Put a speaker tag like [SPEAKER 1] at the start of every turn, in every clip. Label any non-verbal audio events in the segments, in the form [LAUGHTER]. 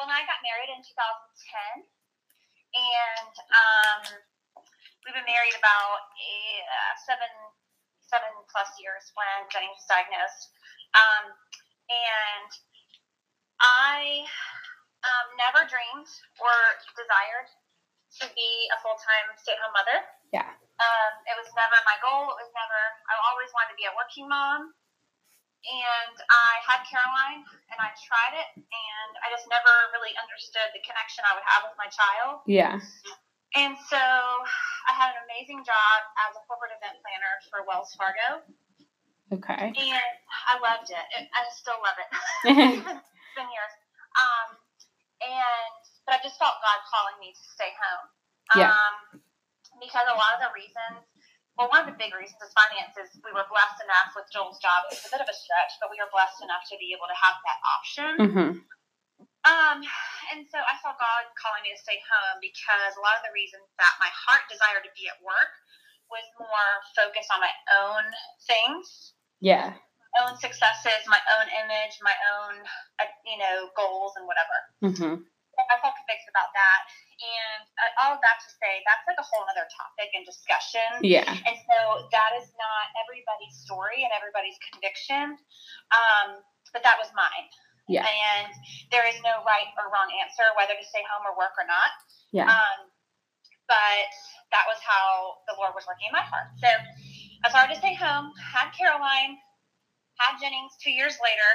[SPEAKER 1] I got married in 2010, and um, we've been married about eight, uh, seven, seven plus years when Jenny was diagnosed. Um, and I um, never dreamed or desired to be a full time stay at home mother.
[SPEAKER 2] Yeah.
[SPEAKER 1] Um, it was never my goal. It was never, I always wanted to be a working mom. And I had Caroline and I tried it, and I just never really understood the connection I would have with my child.
[SPEAKER 2] Yeah.
[SPEAKER 1] And so I had an amazing job as a corporate event planner for Wells Fargo,
[SPEAKER 2] Okay.
[SPEAKER 1] and I loved it. it I still love it. [LAUGHS] it's been years. Um, and but I just felt God calling me to stay home.
[SPEAKER 2] Yeah.
[SPEAKER 1] Um, because a lot of the reasons, well, one of the big reasons is finances. We were blessed enough with Joel's job. It's a bit of a stretch, but we were blessed enough to be able to have that option.
[SPEAKER 2] Mm-hmm.
[SPEAKER 1] Um, and so I saw God calling me to stay home because a lot of the reasons that my heart desired to be at work was more focused on my own things,
[SPEAKER 2] Yeah.
[SPEAKER 1] my own successes, my own image, my own, uh, you know, goals and whatever.
[SPEAKER 2] Mm-hmm.
[SPEAKER 1] I felt convicted about that. And uh, all of that to say, that's like a whole other topic and discussion.
[SPEAKER 2] Yeah.
[SPEAKER 1] And so that is not everybody's story and everybody's conviction. Um, but that was mine.
[SPEAKER 2] Yeah.
[SPEAKER 1] And there is no right or wrong answer whether to stay home or work or not.
[SPEAKER 2] Yeah.
[SPEAKER 1] Um, but that was how the Lord was working in my heart. So I started to stay home, had Caroline, had Jennings two years later.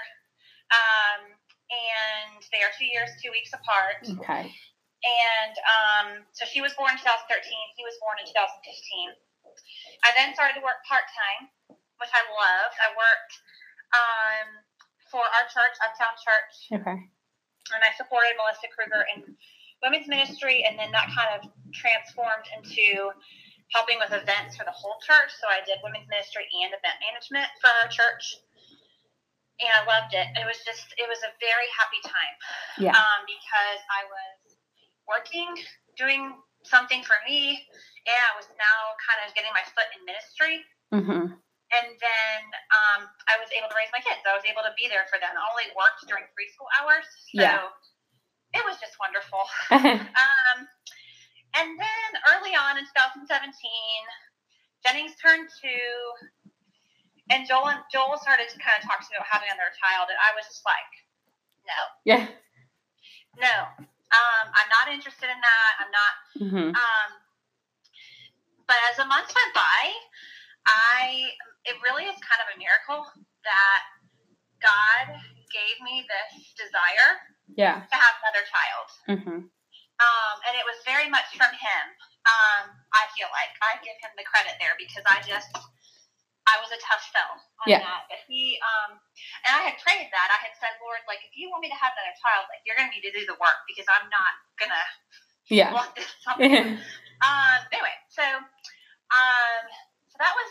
[SPEAKER 1] Um, and they are two years, two weeks apart.
[SPEAKER 2] Okay.
[SPEAKER 1] And um, so she was born in 2013. He was born in 2015. I then started to work part time, which I loved. I worked um, for our church, Uptown Church,
[SPEAKER 2] Okay.
[SPEAKER 1] and I supported Melissa Kruger in women's ministry, and then that kind of transformed into helping with events for the whole church. So I did women's ministry and event management for our church, and I loved it. It was just, it was a very happy time
[SPEAKER 2] Yeah.
[SPEAKER 1] um, because I was working, doing something for me, and I was now kind of getting my foot in ministry.
[SPEAKER 2] Mm-hmm. [LAUGHS]
[SPEAKER 1] And then um, I was able to raise my kids. I was able to be there for them. I only worked during preschool hours, so
[SPEAKER 2] Yeah.
[SPEAKER 1] it was just wonderful. Um, and then early on in 2017, Jennings turned two, and Joel and Joel started to kind of talk to me about having another child, and I was just like, no.
[SPEAKER 2] yeah.
[SPEAKER 1] No, um, I'm not interested in that. I'm not.
[SPEAKER 2] Mm-hmm.
[SPEAKER 1] Um, but as the months went by, I it really is kind of a miracle that God gave me this desire
[SPEAKER 2] Yeah.
[SPEAKER 1] to have another child,
[SPEAKER 2] Mm-hmm.
[SPEAKER 1] um, and it was very much from Him. Um, I feel like I give Him the credit there because I just I was a tough sell on
[SPEAKER 2] Yeah.
[SPEAKER 1] that. But He um, and I had prayed that I had said, Lord, like if you want me to have another child, like you're going to need to do the work because I'm not gonna
[SPEAKER 2] Yeah.
[SPEAKER 1] [LAUGHS]
[SPEAKER 2] [LAUGHS]
[SPEAKER 1] want this something. um, anyway, so um, so that was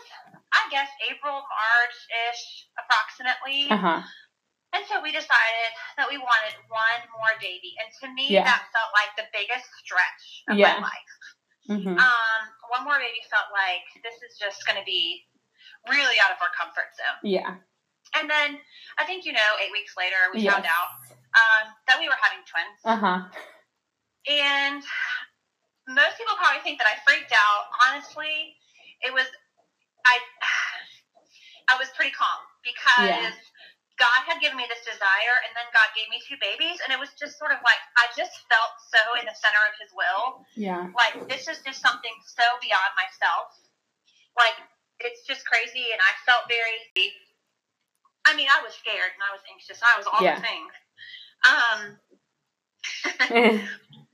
[SPEAKER 1] I guess April, March ish, approximately.
[SPEAKER 2] uh-huh.
[SPEAKER 1] And so we decided that we wanted one more baby, and to me
[SPEAKER 2] Yeah.
[SPEAKER 1] that felt like the biggest stretch of
[SPEAKER 2] Yeah.
[SPEAKER 1] my life.
[SPEAKER 2] Mm-hmm.
[SPEAKER 1] Um, one more baby felt like this is just going to be really out of our comfort zone.
[SPEAKER 2] Yeah.
[SPEAKER 1] And then I think you know, eight weeks later, we
[SPEAKER 2] Yes.
[SPEAKER 1] found out um, that we were having twins.
[SPEAKER 2] Uh-huh.
[SPEAKER 1] And most people probably think that I freaked out. Honestly, it was I I was pretty calm because
[SPEAKER 2] Yeah.
[SPEAKER 1] God had given me this desire and then God gave me two babies and it was just sort of like I just felt so in the center of his will.
[SPEAKER 2] Yeah. [LAUGHS]
[SPEAKER 1] Like this is just something so beyond myself. Like it's just crazy and I felt very I mean, I was scared and I was anxious. I was all
[SPEAKER 2] Yeah.
[SPEAKER 1] the things. Um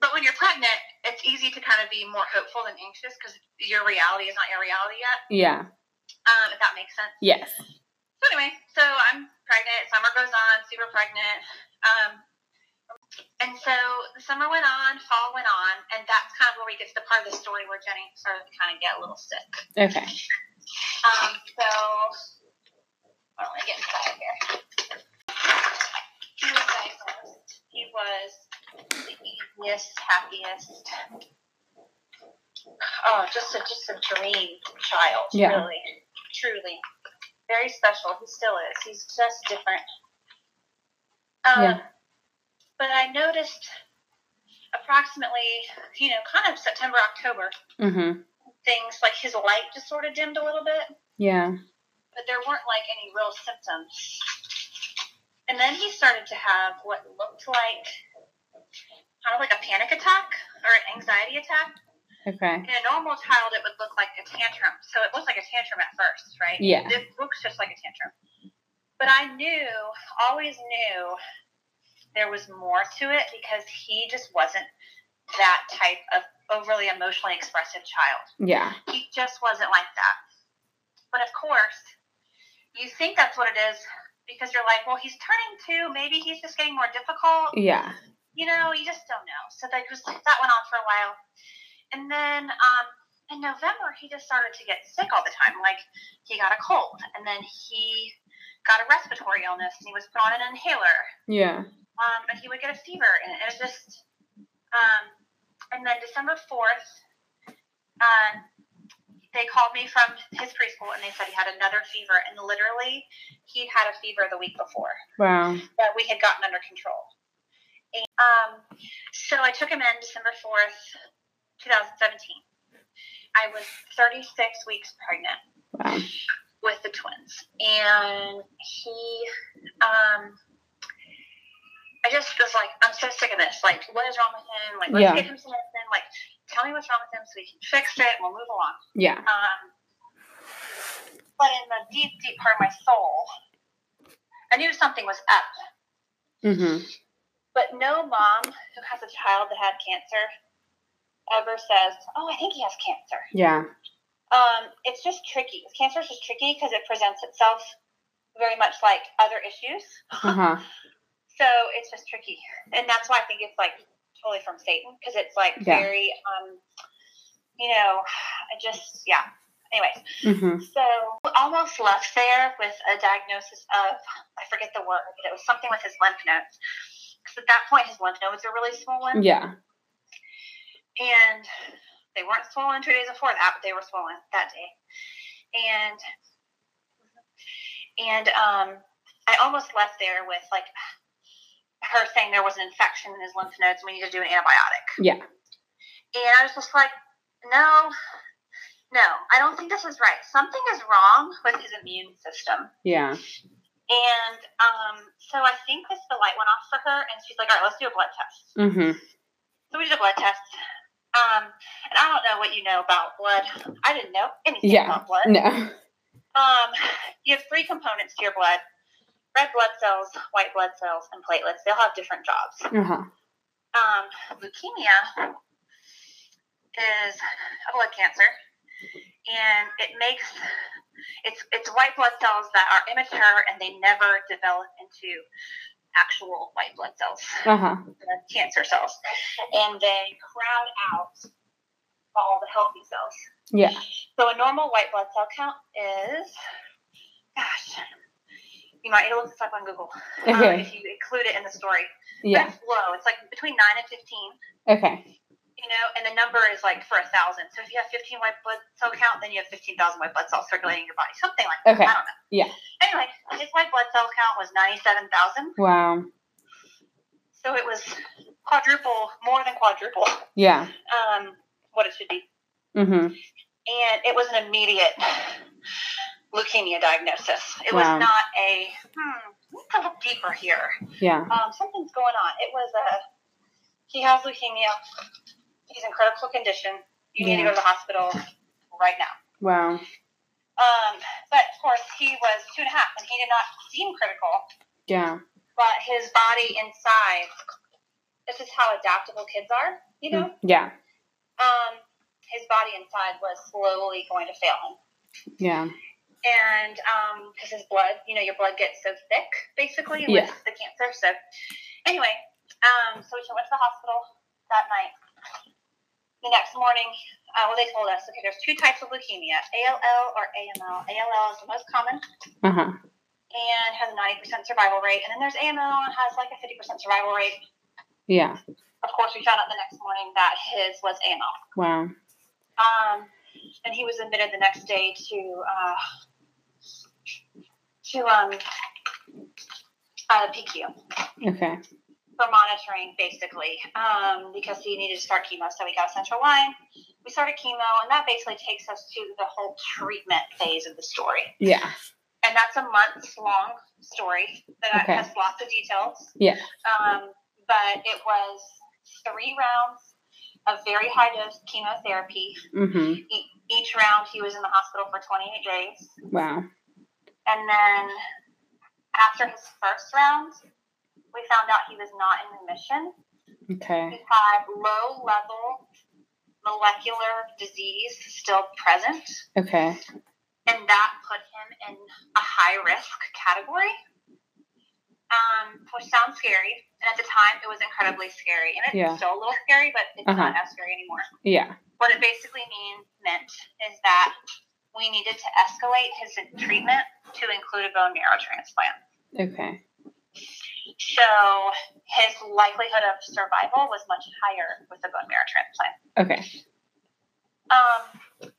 [SPEAKER 1] but when you're pregnant, it's easy to kind of be more hopeful than anxious because your reality is not your reality yet.
[SPEAKER 2] yeah.
[SPEAKER 1] Um, if that makes sense.
[SPEAKER 2] Yes.
[SPEAKER 1] So anyway, so I'm pregnant. Summer goes on, super pregnant. Um, and so the summer went on, fall went on, and that's kind of where we get to the part of the story where Jenny started to kind of get a little sick.
[SPEAKER 2] Okay.
[SPEAKER 1] Um, so hold on, let me get inside here. He was diagnosed. He was the easiest, happiest. Oh, just a just a dream child,
[SPEAKER 2] Yeah.
[SPEAKER 1] really, truly, very special. He still is. He's just different. Um,
[SPEAKER 2] Yeah.
[SPEAKER 1] But I noticed approximately, you know, kind of September, October,
[SPEAKER 2] Mm-hmm.
[SPEAKER 1] things like his light just sort of dimmed a little bit,
[SPEAKER 2] Yeah.
[SPEAKER 1] but there weren't like any real symptoms. And then he started to have what looked like kind of like a panic attack or an anxiety attack.
[SPEAKER 2] Okay.
[SPEAKER 1] In a normal child, it would look like a tantrum. So it looked like a tantrum at first, right?
[SPEAKER 2] Yeah.
[SPEAKER 1] This looks just like a tantrum. But I knew, always knew, there was more to it because he just wasn't that type of overly emotionally expressive child.
[SPEAKER 2] Yeah.
[SPEAKER 1] He just wasn't like that. But of course, you think that's what it is because you're like, well, he's turning two. Maybe he's just getting more difficult.
[SPEAKER 2] Yeah.
[SPEAKER 1] You know, you just don't know. So that was that went on for a while, and then um, in November he just started to get sick all the time. Like he got a cold, and then he got a respiratory illness, and he was put on an inhaler
[SPEAKER 2] Yeah.
[SPEAKER 1] um, and he would get a fever, and it was just, um, and then December fourth, um, they called me from his preschool, and they said he had another fever, and literally, he had a fever the week before
[SPEAKER 2] Wow.
[SPEAKER 1] that we had gotten under control. And, um, so I took him in December fourth, two thousand seventeen. I was thirty six weeks pregnant
[SPEAKER 2] Wow.
[SPEAKER 1] with the twins and he um i just was like i'm so sick of this like what is wrong with him like let's
[SPEAKER 2] Yeah.
[SPEAKER 1] get him some medicine like tell me what's wrong with him so we can fix it and we'll move along
[SPEAKER 2] Yeah.
[SPEAKER 1] um but in the deep deep part of my soul i knew something was up
[SPEAKER 2] Mm-hmm.
[SPEAKER 1] but no mom who has a child that had cancer ever says oh i think he has cancer
[SPEAKER 2] Yeah.
[SPEAKER 1] Um, it's just tricky. Cancer is just tricky because it presents itself very much like other issues.
[SPEAKER 2] Uh-huh.
[SPEAKER 1] So it's just tricky, and that's why I think it's like totally from Satan because it's like
[SPEAKER 2] Yeah.
[SPEAKER 1] very, um, you know, I just yeah. Anyways,
[SPEAKER 2] Mm-hmm.
[SPEAKER 1] so almost left there with a diagnosis of I forget the word, but it was something with his lymph nodes. Because at that point, his lymph nodes are really swollen,
[SPEAKER 2] Yeah.
[SPEAKER 1] and they weren't swollen two days before that, but they were swollen that day. And and um, I almost left there with like her saying there was an infection in his lymph nodes. We need to do an antibiotic.
[SPEAKER 2] Yeah.
[SPEAKER 1] And I was just like, no, no, I don't think this is right. Something is wrong with his immune system.
[SPEAKER 2] Yeah.
[SPEAKER 1] And um, so I think this, the light went off for her, and she's like, all right, let's do a blood test.
[SPEAKER 2] Mm-hmm.
[SPEAKER 1] So we did a blood test. Um, and I don't know what you know about blood. I didn't know anything
[SPEAKER 2] Yeah.
[SPEAKER 1] about blood.
[SPEAKER 2] No. [LAUGHS]
[SPEAKER 1] Um, you have three components to your blood red blood cells, white blood cells, and platelets. They'll have different jobs.
[SPEAKER 2] Uh-huh.
[SPEAKER 1] Um, leukemia is a blood cancer, and it makes it's it's white blood cells that are immature and they never develop into actual white blood cells
[SPEAKER 2] Uh-huh.
[SPEAKER 1] the cancer cells and they crowd out all the healthy cells.
[SPEAKER 2] Yeah.
[SPEAKER 1] So a normal white blood cell count is, gosh, you might need to look this up on Google um,
[SPEAKER 2] Okay.
[SPEAKER 1] if you include it in the story.
[SPEAKER 2] Yeah.
[SPEAKER 1] But it's low. It's like between 9 and 15,
[SPEAKER 2] Okay.
[SPEAKER 1] you know, and the number is like for a 1,000. So if you have 15 white blood cell count, then you have 15,000 white blood cells circulating in your body. Something like that.
[SPEAKER 2] Okay.
[SPEAKER 1] I don't know.
[SPEAKER 2] Yeah.
[SPEAKER 1] Anyway, his white blood cell count was 97,000.
[SPEAKER 2] Wow.
[SPEAKER 1] So it was quadruple, more than quadruple
[SPEAKER 2] Yeah.
[SPEAKER 1] um, what it should be.
[SPEAKER 2] Mm-hmm.
[SPEAKER 1] And it was an immediate leukemia diagnosis. It
[SPEAKER 2] Wow.
[SPEAKER 1] was not a, hmm, let's go look deeper here.
[SPEAKER 2] Yeah.
[SPEAKER 1] Um, something's going on. It was a, he has leukemia. He's in critical condition. You need to go to the hospital right now.
[SPEAKER 2] Wow.
[SPEAKER 1] Um, but of course, he was two and a half and he did not seem critical,
[SPEAKER 2] Yeah.
[SPEAKER 1] but his body inside, this is how adaptable kids are, you know?
[SPEAKER 2] Mm, Yeah.
[SPEAKER 1] Um, his body inside was slowly going to fail him.
[SPEAKER 2] Yeah.
[SPEAKER 1] and because his blood, you know, your blood gets so thick basically
[SPEAKER 2] Yeah.
[SPEAKER 1] with the cancer. So anyway, um, so we went to the hospital that night. The next morning, uh, well, they told us okay, there's two types of leukemia: ALL or AML. ALL is the most common
[SPEAKER 2] Uh-huh.
[SPEAKER 1] and has a 90% survival rate, and then there's AML and has like a 50% survival rate.
[SPEAKER 2] Yeah.
[SPEAKER 1] Of course, we found out the next morning that his was AML.
[SPEAKER 2] Wow.
[SPEAKER 1] Um, and he was admitted the next day to uh, to um, uh, PQ.
[SPEAKER 2] Okay.
[SPEAKER 1] for monitoring, basically, um, because he needed to start chemo. So we got a central line. We started chemo, and that basically takes us to the whole treatment phase of the story.
[SPEAKER 2] Yeah.
[SPEAKER 1] And that's a month's long story that
[SPEAKER 2] Okay.
[SPEAKER 1] has lots of details.
[SPEAKER 2] Yeah.
[SPEAKER 1] Um, but it was three rounds of very high dose chemotherapy.
[SPEAKER 2] hmm
[SPEAKER 1] E- each round, he was in the hospital for 28 days.
[SPEAKER 2] Wow.
[SPEAKER 1] And then after his first round, we found out he was not in remission.
[SPEAKER 2] Okay.
[SPEAKER 1] He had low level molecular disease still present,
[SPEAKER 2] Okay.
[SPEAKER 1] and that put him in a high risk category, um, which sounds scary. And at the time, it was incredibly scary, and it's
[SPEAKER 2] Yeah.
[SPEAKER 1] still a little scary, but it's not as scary anymore.
[SPEAKER 2] Yeah.
[SPEAKER 1] What it basically mean, meant is that we needed to escalate his treatment to include a bone marrow transplant.
[SPEAKER 2] Okay.
[SPEAKER 1] So his likelihood of survival was much higher with a bone marrow transplant.
[SPEAKER 2] Okay.
[SPEAKER 1] Um,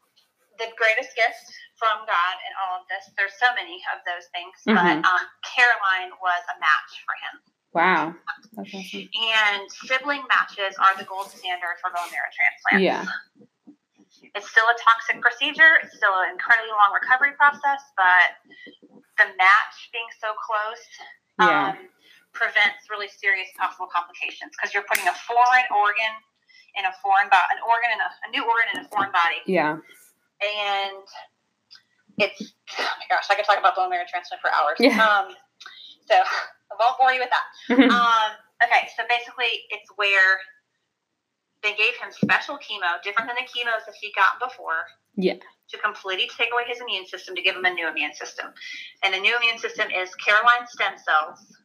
[SPEAKER 1] the greatest gift from God in all of this, there's so many of those things, but
[SPEAKER 2] Mhm.
[SPEAKER 1] um, Caroline was a match for him.
[SPEAKER 2] Wow. That's awesome.
[SPEAKER 1] And sibling matches are the gold standard for bone marrow transplants.
[SPEAKER 2] Yeah.
[SPEAKER 1] It's still a toxic procedure, it's still an incredibly long recovery process, but the match being so close
[SPEAKER 2] Yeah.
[SPEAKER 1] um, prevents really serious possible complications because you're putting a foreign organ in a foreign body, an organ in a, a new organ in a foreign body,
[SPEAKER 2] Yeah.
[SPEAKER 1] and it's oh my gosh, I could talk about bone marrow transplant for hours.
[SPEAKER 2] Yeah.
[SPEAKER 1] Um, so I won't bore you with that.
[SPEAKER 2] Mhm.
[SPEAKER 1] Um, okay, so basically, it's where they gave him special chemo, different than the chemos that he got before.
[SPEAKER 2] Yeah.
[SPEAKER 1] To completely take away his immune system to give him a new immune system, and the new immune system is Caroline stem cells,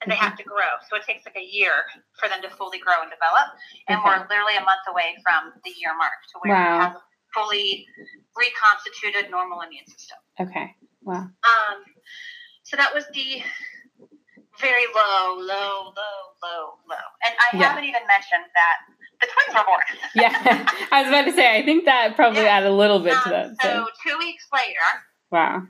[SPEAKER 1] and they have to grow. So it takes like a year for them to fully grow and develop, and
[SPEAKER 2] Okay.
[SPEAKER 1] we're literally a month away from the year mark to where
[SPEAKER 2] Wow.
[SPEAKER 1] he has a fully reconstituted normal immune system.
[SPEAKER 2] Okay. Wow.
[SPEAKER 1] Um, so that was the very low, low, low, low, low. And I
[SPEAKER 2] Yeah.
[SPEAKER 1] haven't even mentioned that the twins were born.
[SPEAKER 2] Yeah. [LAUGHS] I was about to say. I think that probably
[SPEAKER 1] Yeah.
[SPEAKER 2] added a little bit to
[SPEAKER 1] Um,
[SPEAKER 2] that.
[SPEAKER 1] so
[SPEAKER 2] So.
[SPEAKER 1] two weeks later,
[SPEAKER 2] Wow.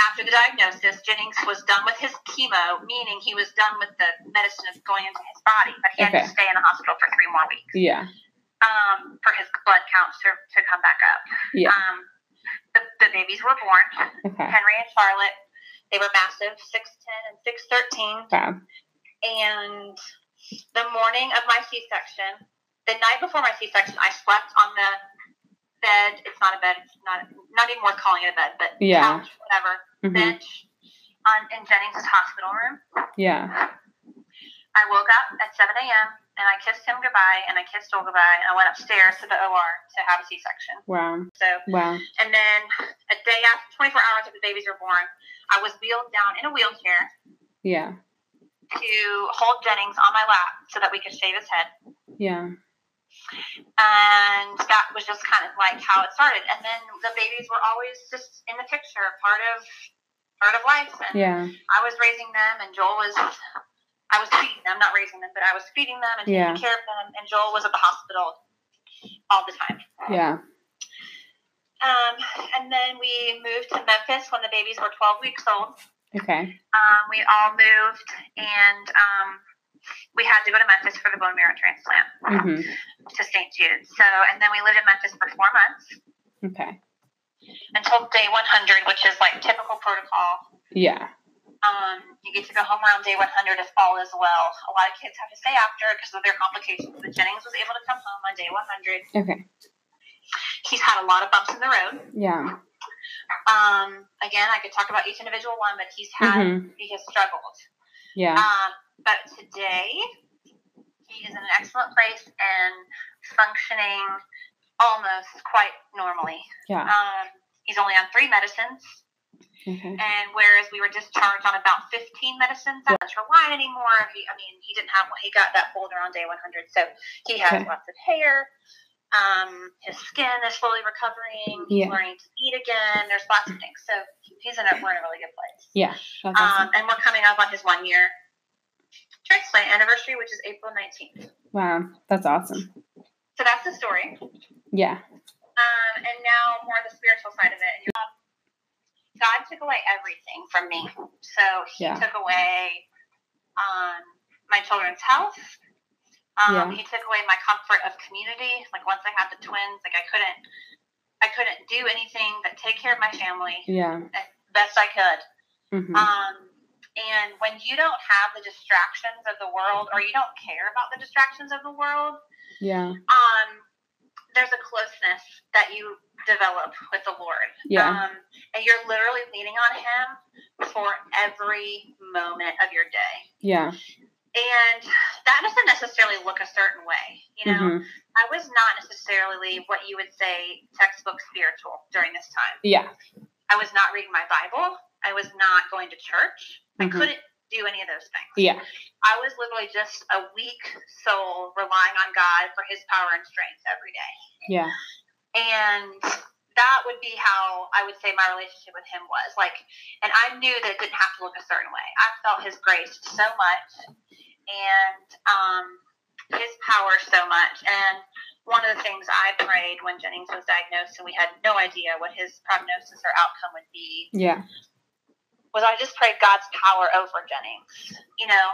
[SPEAKER 1] after the diagnosis, Jennings was done with his chemo, meaning he was done with the medicine that's going into his body, but he had
[SPEAKER 2] Okay.
[SPEAKER 1] to stay in the hospital for three more weeks
[SPEAKER 2] Yeah.
[SPEAKER 1] um, for his blood counts to, to come back up.
[SPEAKER 2] Yeah.
[SPEAKER 1] Um, the, the babies were born,
[SPEAKER 2] Okay.
[SPEAKER 1] Henry and Charlotte. They were massive, 6'10 and 6'13.
[SPEAKER 2] Wow.
[SPEAKER 1] and the morning of my C-section, the night before my C-section, I slept on the bed. It's not a bed. It's not not even worth calling it a bed, but
[SPEAKER 2] Yeah.
[SPEAKER 1] couch, whatever,
[SPEAKER 2] hmm
[SPEAKER 1] bench on in Jennings' hospital room.
[SPEAKER 2] Yeah.
[SPEAKER 1] I woke up at 7 a.m. and I kissed him goodbye, and I kissed Joel goodbye, and I went upstairs to the OR to have a C-section.
[SPEAKER 2] Wow.
[SPEAKER 1] So,
[SPEAKER 2] Wow.
[SPEAKER 1] and then a day after, 24 hours after the babies were born, I was wheeled down in a wheelchair
[SPEAKER 2] Yeah.
[SPEAKER 1] to hold Jennings on my lap so that we could shave his head.
[SPEAKER 2] Yeah.
[SPEAKER 1] and that was just kind of like how it started. And then the babies were always just in the picture, part of part of life. And
[SPEAKER 2] Yeah.
[SPEAKER 1] I was raising them, and Joel was I was feeding them, not raising them, but I was feeding them and
[SPEAKER 2] Yeah.
[SPEAKER 1] taking care of them. And Joel was at the hospital all the time.
[SPEAKER 2] Yeah.
[SPEAKER 1] Um, and then we moved to Memphis when the babies were 12 weeks old.
[SPEAKER 2] Okay.
[SPEAKER 1] Um, we all moved, and um, we had to go to Memphis for the bone marrow transplant
[SPEAKER 2] hmm
[SPEAKER 1] to St. Jude. So, and then we lived in Memphis for four months.
[SPEAKER 2] Okay.
[SPEAKER 1] until day 100, which is like typical protocol.
[SPEAKER 2] Yeah.
[SPEAKER 1] Um, you get to go home around day 100 if all is well. A lot of kids have to stay after because of their complications, but Jennings was able to come home on day 100.
[SPEAKER 2] Okay.
[SPEAKER 1] He's had a lot of bumps in the road.
[SPEAKER 2] Yeah.
[SPEAKER 1] Um, again, I could talk about each individual one, but he's had,
[SPEAKER 2] hmm
[SPEAKER 1] he has struggled.
[SPEAKER 2] Yeah.
[SPEAKER 1] Um, but today, he is in an excellent place and functioning almost quite normally.
[SPEAKER 2] Yeah.
[SPEAKER 1] Um, he's only on three medicines.
[SPEAKER 2] Okay.
[SPEAKER 1] And whereas we were discharged on about 15 medicines, I'm not sure why anymore. He, I mean, he didn't have one. He got that folder on day 100. So he has
[SPEAKER 2] Okay.
[SPEAKER 1] lots of hair. Um, his skin is slowly recovering. He's
[SPEAKER 2] Yeah.
[SPEAKER 1] learning to eat again. There's lots of things. So he's in a, we're in a really good place.
[SPEAKER 2] Yeah. That's awesome.
[SPEAKER 1] Um, and we're coming up on his one year transplant anniversary, which is April 19th.
[SPEAKER 2] Wow. That's awesome.
[SPEAKER 1] So that's the story.
[SPEAKER 2] Yeah.
[SPEAKER 1] Um, and now more the spiritual side of it. Um, And you're- God took away everything from me. So he
[SPEAKER 2] Yeah.
[SPEAKER 1] took away um, my children's health. Um,
[SPEAKER 2] Yeah.
[SPEAKER 1] He took away my comfort of community. Like once I had the twins, like I couldn't, I couldn't do anything but take care of my family
[SPEAKER 2] Yeah.
[SPEAKER 1] as best I could.
[SPEAKER 2] hmm
[SPEAKER 1] Um, and when you don't have the distractions of the world, or you don't care about the distractions of the world,
[SPEAKER 2] yeah.
[SPEAKER 1] um, there's a closeness that you develop with the Lord.
[SPEAKER 2] Yeah.
[SPEAKER 1] Um, and you're literally leaning on Him for every moment of your day.
[SPEAKER 2] Yeah.
[SPEAKER 1] And that doesn't necessarily look a certain way. You know,
[SPEAKER 2] Mhm.
[SPEAKER 1] I was not necessarily what you would say textbook spiritual during this time.
[SPEAKER 2] Yeah.
[SPEAKER 1] I was not reading my Bible. I was not going to church. I
[SPEAKER 2] Mhm.
[SPEAKER 1] couldn't do any of those things.
[SPEAKER 2] Yeah.
[SPEAKER 1] I was literally just a weak soul relying on God for his power and strength every day.
[SPEAKER 2] Yeah.
[SPEAKER 1] And that would be how I would say my relationship with him was. Like and I knew that it didn't have to look a certain way. I felt his grace so much and um his power so much. And one of the things I prayed when Jennings was diagnosed and we had no idea what his prognosis or outcome would be
[SPEAKER 2] Yeah.
[SPEAKER 1] was I just prayed God's power over Jennings. You know,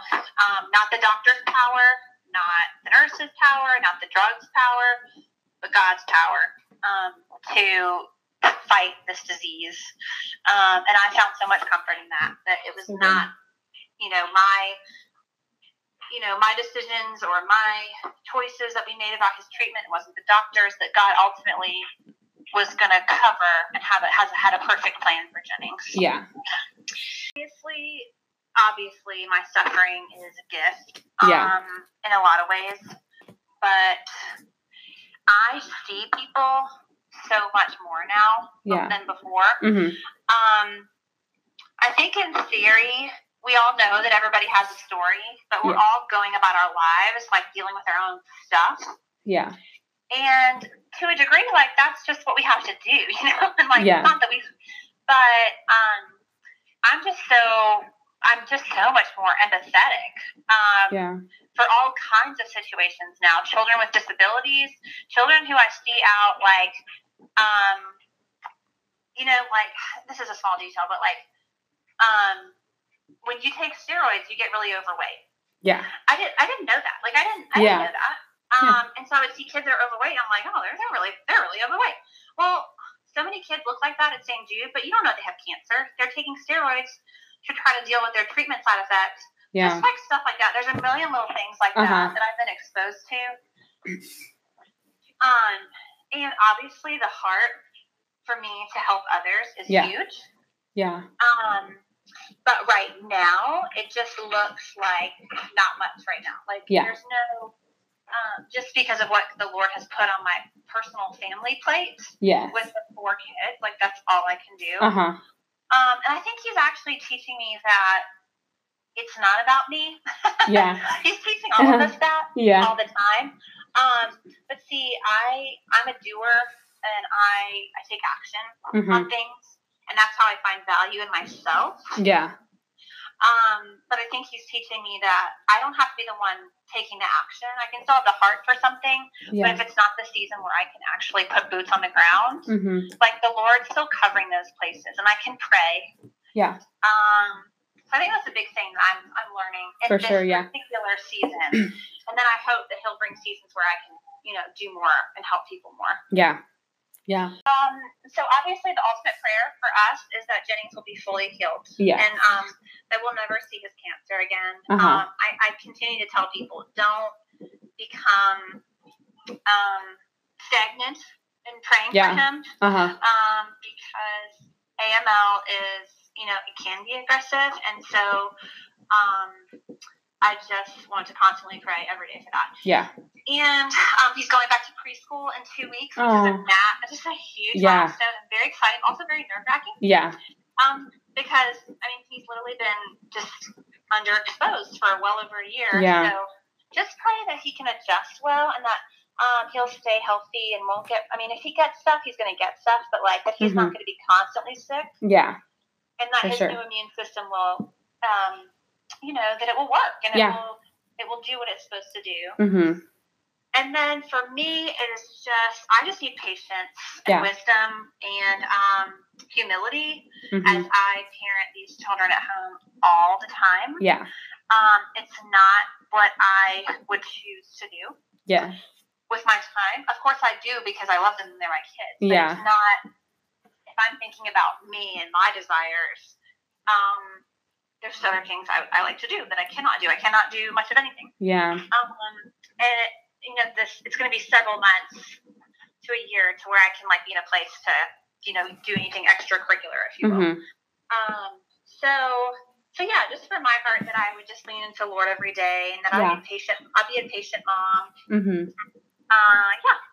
[SPEAKER 1] um, not the doctor's power, not the nurse's power, not the drug's power, but God's power um, to fight this disease. Um, and I found so much comfort in that, that it was
[SPEAKER 2] Mhm.
[SPEAKER 1] not, you know, my. You know, my decisions or my choices that we made about his treatment it wasn't the doctors, that God ultimately was going to cover and have a, has had a perfect plan for Jennings
[SPEAKER 2] Yeah.
[SPEAKER 1] obviously obviously my suffering is a gift um,
[SPEAKER 2] Yeah.
[SPEAKER 1] in a lot of ways but i see people so much more now
[SPEAKER 2] Yeah.
[SPEAKER 1] than before
[SPEAKER 2] hmm
[SPEAKER 1] um, i think in theory we all know that everybody has a story but we're
[SPEAKER 2] Yeah.
[SPEAKER 1] all going about our lives like dealing with our own stuff
[SPEAKER 2] Yeah.
[SPEAKER 1] and to a degree like that's just what we have to do [LAUGHS] you know and like
[SPEAKER 2] Yeah.
[SPEAKER 1] not that we but um i'm just so i'm just so much more empathetic um
[SPEAKER 2] Yeah.
[SPEAKER 1] for all kinds of situations now children with disabilities children who i see out like um you know like [SIGHS] this is a small detail but like um when you take steroids you get really overweight
[SPEAKER 2] Yeah.
[SPEAKER 1] I didn't I didn't know that. Like I didn't I
[SPEAKER 2] Yeah.
[SPEAKER 1] didn't know that. Um, and so I would see kids that are overweight. And I'm like, oh, they're, they're really they're really overweight. Well, so many kids look like that at St. Jude, but you don't know they have cancer. They're taking steroids to try to deal with their treatment side effects.
[SPEAKER 2] Yeah.
[SPEAKER 1] Just like stuff like that. There's a million little things like
[SPEAKER 2] Uh-huh.
[SPEAKER 1] that that I've been exposed to. Um, and obviously the heart for me to help others is
[SPEAKER 2] Yeah.
[SPEAKER 1] huge.
[SPEAKER 2] Yeah.
[SPEAKER 1] Um, but right now, it just looks like not much right now. Like
[SPEAKER 2] Yeah.
[SPEAKER 1] there's no, um, just because of what the Lord has put on my personal family plate
[SPEAKER 2] Yeah.
[SPEAKER 1] with the four kids, like that's all I can do.
[SPEAKER 2] Uh huh.
[SPEAKER 1] Um, and I think He's actually teaching me that it's not about me. [LAUGHS]
[SPEAKER 2] Yeah.
[SPEAKER 1] he's teaching all of us that
[SPEAKER 2] Uh-huh.
[SPEAKER 1] [LAUGHS]
[SPEAKER 2] Yeah.
[SPEAKER 1] all the time. Um, but see, I I'm a doer and I I take action
[SPEAKER 2] hmm
[SPEAKER 1] on things, and that's how I find value in myself.
[SPEAKER 2] Yeah.
[SPEAKER 1] Um, but I think he's teaching me that I don't have to be the one taking the action. I can still have the heart for something, but
[SPEAKER 2] Yeah.
[SPEAKER 1] if it's not the season where I can actually put boots on the ground,
[SPEAKER 2] hmm
[SPEAKER 1] like the Lord's still covering those places, and I can pray.
[SPEAKER 2] Yeah.
[SPEAKER 1] Um, so I think that's a big thing that I'm I'm learning in
[SPEAKER 2] For
[SPEAKER 1] this
[SPEAKER 2] sure, yeah.
[SPEAKER 1] particular season, and then I hope that He'll bring seasons where I can you know do more and help people more.
[SPEAKER 2] Yeah. Yeah.
[SPEAKER 1] Um, so obviously, the ultimate prayer for us is that Jennings will be fully healed
[SPEAKER 2] Yeah.
[SPEAKER 1] and um, that we'll never see his cancer again.
[SPEAKER 2] Uh-huh.
[SPEAKER 1] Um, I, I continue to tell people don't become um, stagnant in praying
[SPEAKER 2] Yeah.
[SPEAKER 1] for him
[SPEAKER 2] Uh huh.
[SPEAKER 1] um, because AML is, you know, it can be aggressive. And so um, I just want to constantly pray every day for that.
[SPEAKER 2] Yeah.
[SPEAKER 1] And um, he's going back to preschool in two weeks, which is a
[SPEAKER 2] Oh.
[SPEAKER 1] ma- just a huge
[SPEAKER 2] Yeah.
[SPEAKER 1] milestone. I'm very excited, also very nerve wracking.
[SPEAKER 2] Yeah.
[SPEAKER 1] Um, because I mean, he's literally been just underexposed for well over a year.
[SPEAKER 2] Yeah.
[SPEAKER 1] So just pray that he can adjust well and that um, he'll stay healthy and won't get. I mean, if he gets stuff, he's going to get stuff, but like that he's not going to be constantly sick
[SPEAKER 2] Yeah.
[SPEAKER 1] and that
[SPEAKER 2] Mm-hmm. For
[SPEAKER 1] his
[SPEAKER 2] sure.
[SPEAKER 1] new immune system will, um, you know, that it will work and it
[SPEAKER 2] Yeah.
[SPEAKER 1] will it will do what it's supposed to do.
[SPEAKER 2] hmm
[SPEAKER 1] And then for me, it is just I just need patience and
[SPEAKER 2] Yeah.
[SPEAKER 1] wisdom and um, humility
[SPEAKER 2] hmm
[SPEAKER 1] as I parent these children at home all the time.
[SPEAKER 2] Yeah.
[SPEAKER 1] Um, it's not what I would choose to do
[SPEAKER 2] Yeah.
[SPEAKER 1] with my time. Of course, I do because I love them and they're my kids. But
[SPEAKER 2] Yeah.
[SPEAKER 1] It's not if I'm thinking about me and my desires. Um, there's other things I, I like to do that I cannot do. I cannot do much of anything.
[SPEAKER 2] Yeah.
[SPEAKER 1] Um, and it, you know, this it's going to be several months to a year to where I can like be in a place to you know do anything extracurricular, if you will.
[SPEAKER 2] Mm-hmm.
[SPEAKER 1] Um, so, so yeah, just for my heart that I would just lean into the Lord every day, and that I'll be patient. I'll be a patient mom.
[SPEAKER 2] Mm-hmm.
[SPEAKER 1] Uh, yeah,